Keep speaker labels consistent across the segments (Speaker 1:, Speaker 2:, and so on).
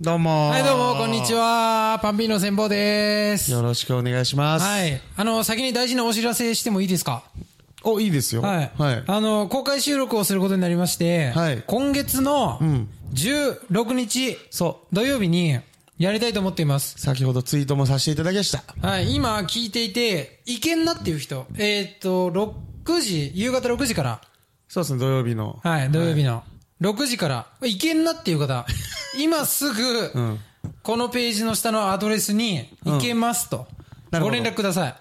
Speaker 1: どうも
Speaker 2: はい、どうも、こんにちは。パンピーノ先方です。
Speaker 1: よろしくお願いします。
Speaker 2: はい。あの、先に大事なお知らせしてもいいですか
Speaker 1: お、いいですよ。
Speaker 2: はい。
Speaker 1: はい。
Speaker 2: あの、公開収録をすることになりまして、
Speaker 1: はい
Speaker 2: 今月の
Speaker 1: ん
Speaker 2: 16日
Speaker 1: そ
Speaker 2: 土曜日にやりたいと思っています。
Speaker 1: う。先ほどツイートもさせていただきました。
Speaker 2: はい、今聞いていて、いけんなっていう人、えーっと、6時、夕方6時から、
Speaker 1: そうですね、土曜日の。
Speaker 2: はい、土曜日の、6時から、いけんなっていう方、今すぐ、
Speaker 1: うん。
Speaker 2: このページの下のアドレスに
Speaker 1: うん
Speaker 2: 行けますと、
Speaker 1: なる
Speaker 2: ご
Speaker 1: ほど
Speaker 2: 連絡ください。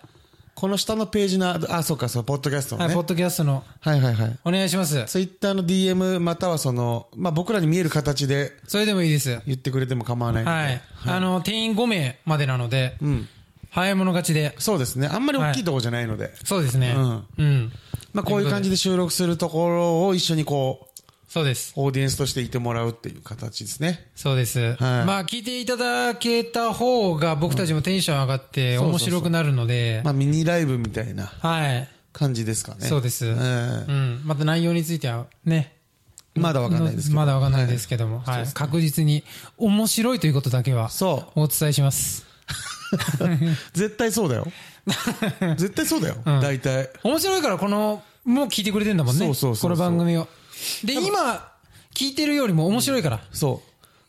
Speaker 1: この下のページの、あ、そうか、そう、ポッドキャストの
Speaker 2: はい、
Speaker 1: ね。
Speaker 2: ポッドキャストの、
Speaker 1: はいはいはい。
Speaker 2: お願いします。
Speaker 1: ツイッターの DM またはその、まあ、僕らに見える形で
Speaker 2: それでもいいです。はい。
Speaker 1: 言ってくれても構わないので。
Speaker 2: あの、定員5名までなので、
Speaker 1: うん。
Speaker 2: 早い者勝ちで、
Speaker 1: そうですね。あんまり大きいとこじゃないので。
Speaker 2: そうですね。
Speaker 1: うん
Speaker 2: うん。
Speaker 1: まあ、こういう感じで収録するところを一緒にこう、
Speaker 2: そうです。
Speaker 1: オーディエンスとしていてもらうっていう形ですね。
Speaker 2: そうです。まあ、聞いていただけた方が僕たちもテンション上がって
Speaker 1: そうそう
Speaker 2: 面白くなるので、
Speaker 1: まあ、ミニライブみたいな
Speaker 2: はい。
Speaker 1: 感じですかね。
Speaker 2: そうです
Speaker 1: ええ
Speaker 2: うん。また内容についてはね。
Speaker 1: まだわかんないですけど。
Speaker 2: まだわかんないですけども、はい。確実に面白いということだけは、
Speaker 1: そ
Speaker 2: お伝えします。
Speaker 1: う。絶対そうだよ。絶対そうだよ。大体。
Speaker 2: 面白いからこの、もう聞いてくれてんだもんね。
Speaker 1: そうそうそうそう
Speaker 2: この番組を。で、今、聞いてるよりも面白いから。
Speaker 1: そ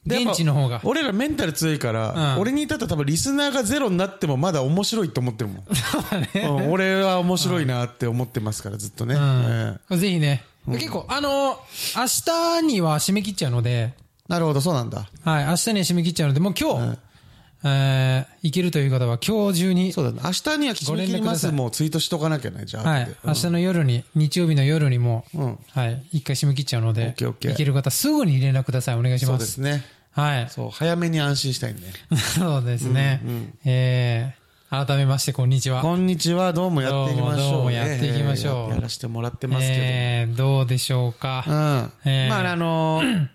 Speaker 1: う。で
Speaker 2: 現地の方が
Speaker 1: やっぱ俺らメンタル強いから、
Speaker 2: うん
Speaker 1: 俺に至ったら多分リスナーがゼロになってもまだ面白いと思ってる もん。うん俺は面白いなって思ってますから、ずっとね。ええ
Speaker 2: うん。ぜひね。結構、あの、明日には締め切っちゃうので、
Speaker 1: なるほど、そうなんだ。
Speaker 2: はい、明日には締め切っちゃうので、もう今日、えー、いけるという方は今日中に、
Speaker 1: そうだね。明日には決め切りま
Speaker 2: ご連絡くださ
Speaker 1: す。
Speaker 2: い
Speaker 1: もうツイートしとかなきゃね、じゃあ。
Speaker 2: はい、明日の夜に、日曜日の夜にも、
Speaker 1: うん
Speaker 2: はい、一回締め切っちゃうので、
Speaker 1: オッケーオッケー
Speaker 2: いける方すぐに連絡ください。お願いし
Speaker 1: そう
Speaker 2: ま。
Speaker 1: ですすね。
Speaker 2: はい。
Speaker 1: そう、早めに安心したいね。
Speaker 2: そうですね。えー、改めまして、こんにちは。
Speaker 1: こんにちは、どうもやっていきましょう、ね。
Speaker 2: どうもどうもやっていきましょう
Speaker 1: ええややらせてもらってますけど。
Speaker 2: えーどうでしょうか。
Speaker 1: うん。
Speaker 2: えー
Speaker 1: まあ、あ のー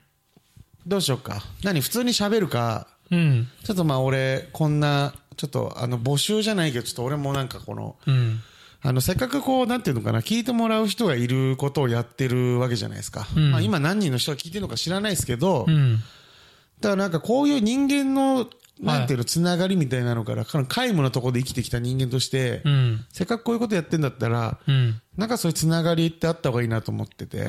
Speaker 1: どうしようか。何、普通に喋るか、
Speaker 2: うん。
Speaker 1: ちょっとまあ俺、こんな、ちょっとあの、募集じゃないけど、ちょっと俺もなんかこの、
Speaker 2: うん。
Speaker 1: あの、せっかくこう、なんていうのかな、聞いてもらう人がいることをやってるわけじゃないですか。まあ今何人の人が聞いてるのか知らないですけど、
Speaker 2: うん。
Speaker 1: だからなんかこういう人間の、なんていうの、つながりみたいなのから、か皆無のところで生きてきた人間として、
Speaker 2: うん。
Speaker 1: せっかくこういうことやってんだったら、
Speaker 2: うん。
Speaker 1: なんかそういうつながりってあった方がいいなと思ってて、
Speaker 2: う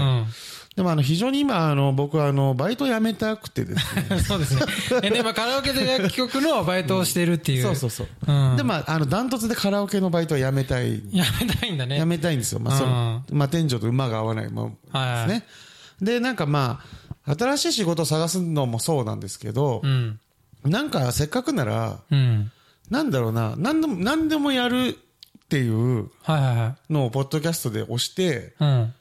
Speaker 1: でもあの非常に今あの僕はあのバイト辞めたくてです ね
Speaker 2: ん。そうですね。え、で、まあ、カラオケで楽曲のバイトをしてるっていう。
Speaker 1: そうそうそう、
Speaker 2: うん
Speaker 1: でまああのダントツでカラオケのバイトは辞めたい
Speaker 2: やめたいんだね。
Speaker 1: 辞めたいんですよまあその、まあ、天井と馬が合わないもんですね、
Speaker 2: はいはい
Speaker 1: でなんかまあ新しい仕事を探すのもそうなんですけど
Speaker 2: う、ん。
Speaker 1: なんかせっかくなら
Speaker 2: うん。
Speaker 1: なんだろうな何でも何でもやるっていう
Speaker 2: はいはいはい。
Speaker 1: のをポッドキャストで押して
Speaker 2: うん。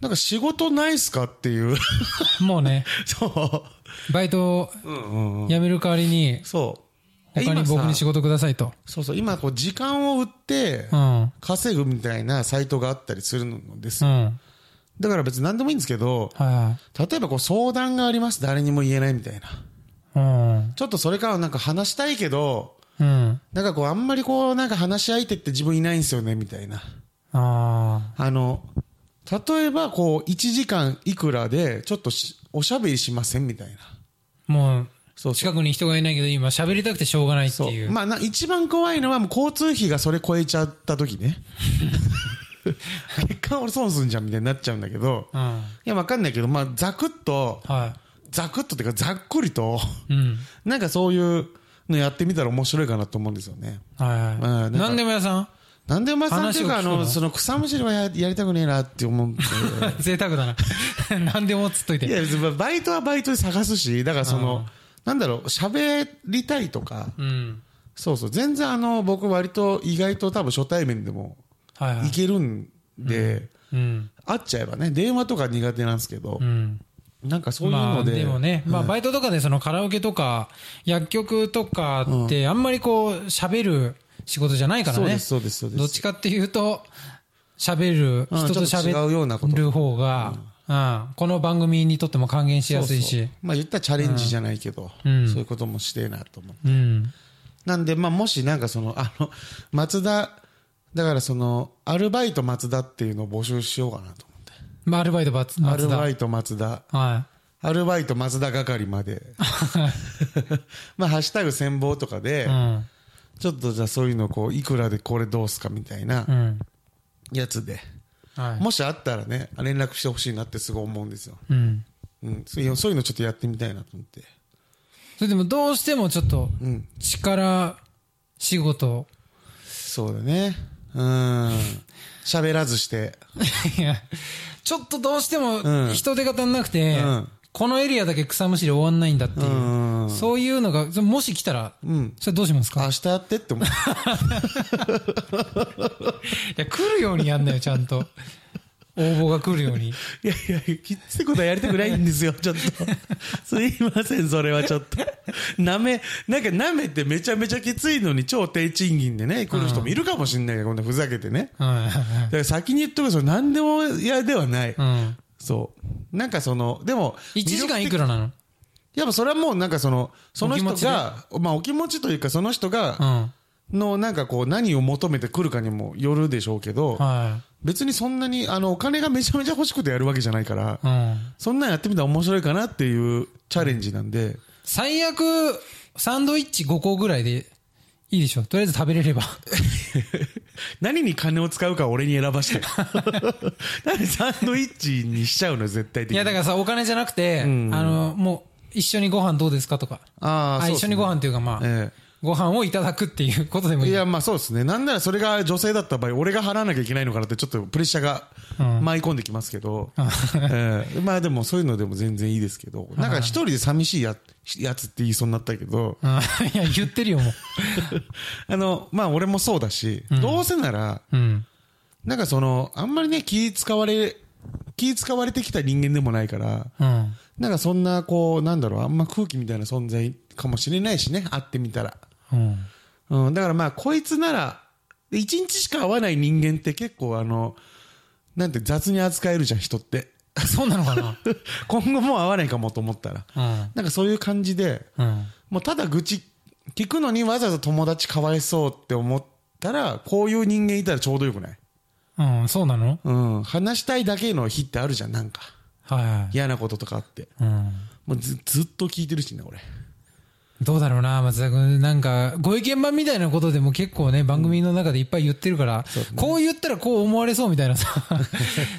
Speaker 1: なんか仕事ないっすかっていう
Speaker 2: もうね、
Speaker 1: そう
Speaker 2: バイトを辞める代わりに、
Speaker 1: そう。
Speaker 2: 他に
Speaker 1: 今さ
Speaker 2: 僕に仕事くださいと。
Speaker 1: そうそう、今こう時間を売って
Speaker 2: うん。
Speaker 1: 稼ぐみたいなサイトがあったりするのです
Speaker 2: う
Speaker 1: よ。
Speaker 2: ん。
Speaker 1: だから別に何でもいいんですけど、
Speaker 2: は
Speaker 1: 例えばこう相談があります。誰にも言えないみたいな。
Speaker 2: いはい。
Speaker 1: ちょっとそれからなんか話したいけど、
Speaker 2: うん。うん。
Speaker 1: なんかこうあんまりこうなんか話し相手って自分いないんですよねみたいな。
Speaker 2: あ
Speaker 1: あの、例えばこう1時間いくらでちょっとしおしゃべりしませんみたいな。
Speaker 2: あ。も、
Speaker 1: そううそう。
Speaker 2: 近くに人がいないけど、今喋りたくてしょうがないって
Speaker 1: そ。
Speaker 2: いうう。
Speaker 1: まあな、一番怖いのはもう交通費がそれ超えちゃった時 ね。結果俺損すんじゃんみたいになっちゃうんだけど。
Speaker 2: うん。
Speaker 1: いや、わかんないけど、まあ、ざくっと、
Speaker 2: は
Speaker 1: ざくっとっていうか、ざっくりと、
Speaker 2: い。うん。
Speaker 1: なんかそういうのやってみたら面白いかなと思うんですよね。
Speaker 2: は
Speaker 1: まあ
Speaker 2: い
Speaker 1: な
Speaker 2: は
Speaker 1: ん
Speaker 2: い。
Speaker 1: か
Speaker 2: なんでも屋さん
Speaker 1: なんでお前さんっていうか、あ
Speaker 2: 話を聞くの
Speaker 1: の、その草むしりはややりたくねえなって思うんで。
Speaker 2: 贅沢だな。なんでもっつっとい
Speaker 1: い
Speaker 2: て。
Speaker 1: や、別にバイトはバイトで探すし、だからその、なんだろう、喋りたいとか、
Speaker 2: うん。
Speaker 1: そうそう、全然あの、僕割と意外と多分初対面でも
Speaker 2: はいはいい。
Speaker 1: けるんで、
Speaker 2: うん。
Speaker 1: 会っちゃえばね、電話とか苦手なんですけど
Speaker 2: う、ん。
Speaker 1: なんかそういう
Speaker 2: ま
Speaker 1: の
Speaker 2: あ、
Speaker 1: で。
Speaker 2: でもね、まあ、バイトとかでそのカラオケとか、薬局とかって、あんまりこう、喋る仕事じゃないから
Speaker 1: そうで
Speaker 2: ね。
Speaker 1: す、そうです、そうです。
Speaker 2: どっちかっていうと、喋る、
Speaker 1: うん
Speaker 2: 人と
Speaker 1: ちょっと違うようなこ
Speaker 2: 喋
Speaker 1: と
Speaker 2: る方が、うん。この番組にとっても還元しやすい
Speaker 1: そう
Speaker 2: し
Speaker 1: そう。まあ言ったらチャレンジじゃないけど、
Speaker 2: うん
Speaker 1: そういうこともしてえなと思う。
Speaker 2: うん。
Speaker 1: なんで、まあもしなんかその、あの、松田、だからその、アルバイト松田っていうのを募集しようかなと思って。
Speaker 2: まあ、アルバイトバツ、
Speaker 1: ア
Speaker 2: 松
Speaker 1: ル
Speaker 2: 田。は
Speaker 1: バ
Speaker 2: い。
Speaker 1: イト松田。
Speaker 2: は
Speaker 1: アルバイト松田係ま で。まあ、ハッシュタグ戦望とかで、
Speaker 2: うん。
Speaker 1: ちょっとじゃあそういうのこう、いくらでこれどうすかみたいな
Speaker 2: うん。
Speaker 1: やつで、
Speaker 2: はい。
Speaker 1: もしあったらね、連絡してほしいなってすごい思うんですよ。
Speaker 2: うん。
Speaker 1: うん、そういうそういうのちょっとやってみたいなと思って。
Speaker 2: それでもどうしてもちょっと
Speaker 1: うん、
Speaker 2: 力 仕事。
Speaker 1: そうだね。うん。喋らずして。
Speaker 2: いや、ちょっとどうして
Speaker 1: う
Speaker 2: も
Speaker 1: ん
Speaker 2: 人手が足んなくて、
Speaker 1: うん
Speaker 2: このエリアだけ草むしり終わんないんだっていうう。
Speaker 1: ん。
Speaker 2: そういうのが、それもし来たら、
Speaker 1: うん。
Speaker 2: それどうしますか
Speaker 1: 明日やってって思う。
Speaker 2: いや、来るようにやんなよ、ちゃ んと。応募が来るように。
Speaker 1: いやいや、きついことはやりたくないんですよ、 ちょっと。すいません、それはちょっと。なめ、なんかなめってめちゃめちゃきついのに超低賃金でね、来る人もいるかもしんないけど、こんなふざけてね。
Speaker 2: はいはい
Speaker 1: だから先に言っとくと、それ何でも嫌ではない。
Speaker 2: はい。うん。
Speaker 1: そう。なんかその、でも、
Speaker 2: 1時間い
Speaker 1: ら
Speaker 2: くらなの
Speaker 1: やっぱそれはもうなんかその、その人
Speaker 2: お気持ち
Speaker 1: が、まあお気持ちというかその人
Speaker 2: う
Speaker 1: が、
Speaker 2: ん。
Speaker 1: のなんかこう何を求めてくるかにもよるでしょうけど、
Speaker 2: は
Speaker 1: 別にそんなに、あの、お金がめちゃめちゃ欲しくてやるわけじゃないから
Speaker 2: い。、うん。
Speaker 1: そんなんやってみたら面白いかなっていうチャレンジなん で、
Speaker 2: 最悪、サンドイッチ5個ぐらいでいいでしょ。とりあえず食べれれば。
Speaker 1: 何に金を使うか俺に選ば して。なんでサンドイッチにしちゃうの絶対的
Speaker 2: い
Speaker 1: に。
Speaker 2: や、だからさ、お金じゃなくて、あ
Speaker 1: ん
Speaker 2: の、もう、一緒にご飯どうですかとか。
Speaker 1: ああ、そ
Speaker 2: あ
Speaker 1: うっ
Speaker 2: 一
Speaker 1: す
Speaker 2: 緒
Speaker 1: ね
Speaker 2: にご飯っていうか、まあ、
Speaker 1: え
Speaker 2: ご飯をいただくっていうことでも
Speaker 1: え
Speaker 2: いい。
Speaker 1: いや、まあそうですね。なんならそれが女性だった場合、俺が払わなきゃいけないのかなってちょっとプレッシャーが
Speaker 2: うん
Speaker 1: 舞い込んできますけど、ええまあでもそういうのでも全然いいですけど、なんか一人で寂しいややつって言いそうになったけ ど、
Speaker 2: うんいや、言ってるよ、もう。
Speaker 1: あの、まあ俺もそうだし、どうせなら、
Speaker 2: うん。
Speaker 1: なんかその、あんまりね、気使われ、気使われてきた人間でもないから、
Speaker 2: うん。
Speaker 1: なんかそんな、こう、なんだろう、あんま空気みたいな存在かもしれないしね、会ってみたら。
Speaker 2: うん。
Speaker 1: うん、だからまあ、こいつなら、で一日しか会わない人間って結構あの、なんて雑に扱えるじゃん、人って。
Speaker 2: そうなのかな
Speaker 1: 今後もう会わないかもと思ったら。
Speaker 2: うん。
Speaker 1: なんかそういう感じで、
Speaker 2: うん。
Speaker 1: もうただ愚痴聞くのにわざわざ友達かわいそうって思ったら、こういう人間いたらちょうどよくない
Speaker 2: うん、そうなの
Speaker 1: うん、話したいだけの日ってあるじゃん、なんか。
Speaker 2: はいは
Speaker 1: 嫌なこととかあって。
Speaker 2: い。うん。
Speaker 1: もうずずっと聞いてるしね、俺。
Speaker 2: どうだろうな、松田君。なんか、ご意見番みたいなことでも結構ね、番組の中でいっぱい言ってるから、こう言ったらこう思われそうみたい なさ、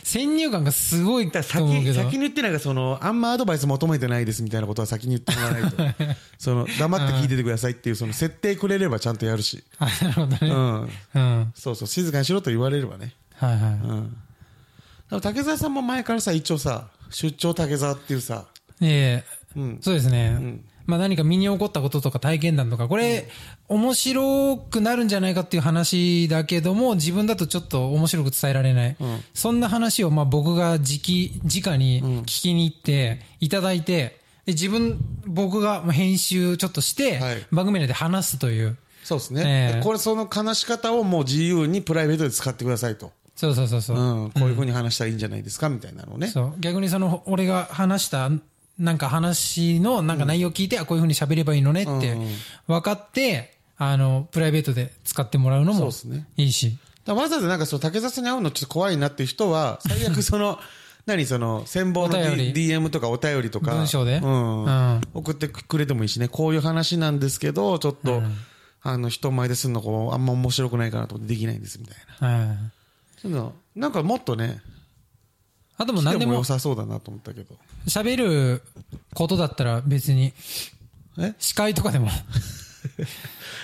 Speaker 2: 先入観がすごいと
Speaker 1: だから
Speaker 2: 思うけ
Speaker 1: 先
Speaker 2: ど。
Speaker 1: 先に言ってなんかその、あんまアドバイス求めてないですみたいなことは先に言ってもらわ ないと。その、黙って聞いててくださいっていう、その設定くれればちゃんとやるし。
Speaker 2: あ、なるほど
Speaker 1: う
Speaker 2: ね。
Speaker 1: ん。
Speaker 2: うん。
Speaker 1: そうそう、静かにしろと言われればね。
Speaker 2: はいはい。
Speaker 1: うん。でも竹澤さんも前からさ、一応さ、出張竹澤っていうさ、
Speaker 2: ええ
Speaker 1: うん
Speaker 2: そうですね。
Speaker 1: ん
Speaker 2: まあ何か身に起こったこととか体験談とか、これ、面白くなるんじゃないかっていう話だけども、自分だとちょっと面白く伝えられない。
Speaker 1: ん
Speaker 2: そんな話をまあ僕が直、直に聞きに行って、いただいて、で自分、僕がまあ編集ちょっとして、
Speaker 1: はい
Speaker 2: 番組内で話すという。
Speaker 1: そうですね。
Speaker 2: ええ
Speaker 1: でこれその話し方をもう自由にプライベートで使ってくださいと。
Speaker 2: そうそうそうそうう。
Speaker 1: ん。こういうふうに話したらいいんじゃないですかみたいなのをね。
Speaker 2: そう逆にその俺が話したなんか話のなんか内容を聞いて、あこういうふうに喋ればいいのねって
Speaker 1: うんうん
Speaker 2: 分かってあのプライベートで使ってもらうの
Speaker 1: そう
Speaker 2: も
Speaker 1: ですね。
Speaker 2: いいし
Speaker 1: だからわざわざなんかその竹澤さんに会うのちょっと怖いなっていう人 は、最悪その、何その、戦望の
Speaker 2: お便り
Speaker 1: D- DM とかお便りとか。
Speaker 2: 文章で
Speaker 1: うん。
Speaker 2: うん
Speaker 1: 送ってくれてもいいしね、こういう話なんですけど、ちょっと、あの、人前でするのこう、あんま面白くないかなと思ってできないんですみたいな。
Speaker 2: うん
Speaker 1: そういうの、なんかもっとね、
Speaker 2: あともう
Speaker 1: 来
Speaker 2: 何
Speaker 1: て
Speaker 2: で
Speaker 1: も良
Speaker 2: も
Speaker 1: さそうだなと思ったけど。
Speaker 2: 喋ることだったら別に
Speaker 1: え
Speaker 2: 司会とか でも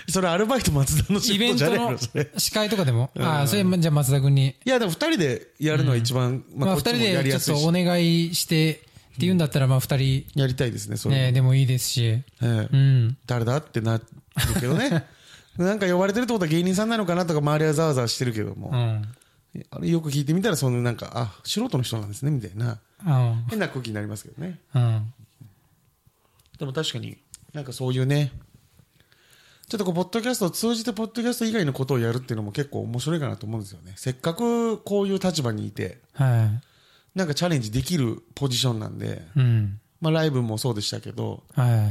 Speaker 1: それアルバイト松田の仕
Speaker 2: イベ
Speaker 1: 事
Speaker 2: ン
Speaker 1: じゃ
Speaker 2: ト
Speaker 1: ねえの
Speaker 2: の
Speaker 1: それ。
Speaker 2: 司会とかでもああそれじゃあ松田君に
Speaker 1: いや、でも二人でやるのは一番、
Speaker 2: ま
Speaker 1: こ
Speaker 2: あ二
Speaker 1: っち
Speaker 2: 人
Speaker 1: もやり
Speaker 2: で
Speaker 1: や
Speaker 2: ち
Speaker 1: すい
Speaker 2: ょっと
Speaker 1: し
Speaker 2: お。願いしてっていうんだったらまあ二人
Speaker 1: やりたいですね、それ。
Speaker 2: ねでもいいですし
Speaker 1: ええ
Speaker 2: うん
Speaker 1: 誰だってなるけど ね。なんか呼ばれてるってことは芸人さんなのかなとか周りはざわざわしてるけど
Speaker 2: う
Speaker 1: も、
Speaker 2: ん
Speaker 1: あれよく聞いてみたらそのなんか、あ、素人の人なんですね、みたいな。
Speaker 2: うん
Speaker 1: 変な空気になりますけどね。
Speaker 2: うん
Speaker 1: でも確かになんかそういうね、ちょっとこう、ポッドキャストを通じて、ポッドキャスト以外のことをやるっていうのも結構面白いかなと思うんですよね。せっかくこういう立場にいて、
Speaker 2: は
Speaker 1: なんかチャレンジできるポジションなんで、
Speaker 2: い。うん。
Speaker 1: まあライブもそうでしたけど、
Speaker 2: は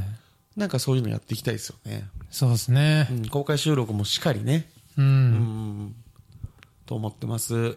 Speaker 2: い。
Speaker 1: なんかそういうのやっていきたいですよね。
Speaker 2: そうですね
Speaker 1: う。ん、公開収録もしっかりね。
Speaker 2: う。
Speaker 1: うんん。と思ってます。